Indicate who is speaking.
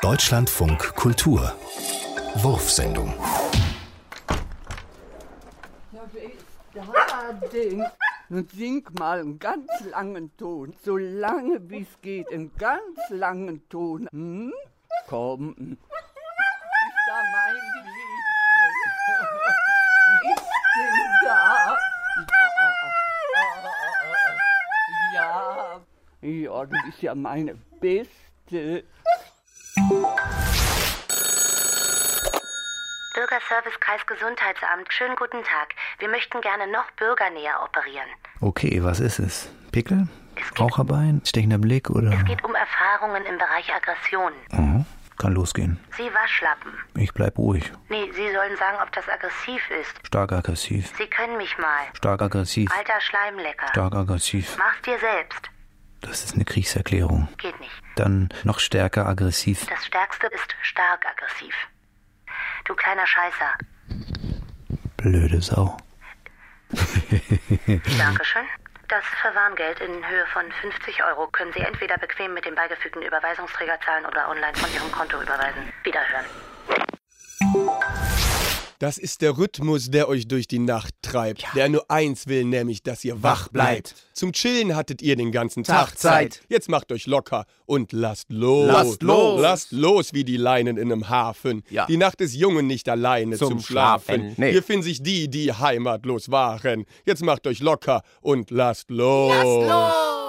Speaker 1: Deutschlandfunk Kultur. Wurfsendung.
Speaker 2: Ja, da Ding. Nun sing mal einen ganz langen Ton. So lange wie es geht, einen ganz langen Ton. Hm? Komm. Ist da mein Lied? Ist denn da? Ja. Ja, du bist ja meine Beste.
Speaker 3: Bürgerservice Kreis Gesundheitsamt. Schönen guten Tag. Wir möchten gerne noch bürgernäher operieren.
Speaker 4: Okay, was ist es? Pickel?
Speaker 3: Es geht-
Speaker 4: Raucherbein? Stechender Blick oder?
Speaker 3: Es geht um Erfahrungen im Bereich Aggression.
Speaker 4: Mhm. Kann losgehen.
Speaker 3: Sie waschlappen.
Speaker 4: Ich bleib ruhig.
Speaker 3: Nee, Sie sollen sagen, ob das aggressiv ist.
Speaker 4: Stark aggressiv.
Speaker 3: Sie können mich mal.
Speaker 4: Stark aggressiv.
Speaker 3: Alter Schleimlecker.
Speaker 4: Stark aggressiv.
Speaker 3: Mach's dir selbst.
Speaker 4: Das ist eine Kriegserklärung.
Speaker 3: Geht nicht.
Speaker 4: Dann noch stärker aggressiv.
Speaker 3: Das Stärkste ist stark aggressiv. Du kleiner Scheißer.
Speaker 4: Blöde Sau.
Speaker 3: Dankeschön. Das Verwarngeld in Höhe von 50 Euro können Sie entweder bequem mit dem beigefügten Überweisungsträger zahlen oder online von Ihrem Konto überweisen. Wiederhören.
Speaker 5: Das ist der Rhythmus, der euch durch die Nacht treibt. Der nur eins will, nämlich, dass ihr wach bleibt. Zum Chillen hattet ihr den ganzen Tag
Speaker 6: Tag Zeit.
Speaker 5: Jetzt macht euch locker und lasst los.
Speaker 6: Lasst los.
Speaker 5: Lasst los wie die Leinen in einem Hafen.
Speaker 6: Ja.
Speaker 5: Die Nacht ist jung und nicht alleine zum,
Speaker 6: Zum
Speaker 5: Schlafen.
Speaker 6: Schlafen. Nee.
Speaker 5: Hier finden sich die, die heimatlos waren. Jetzt macht euch locker und lasst los. Lasst los.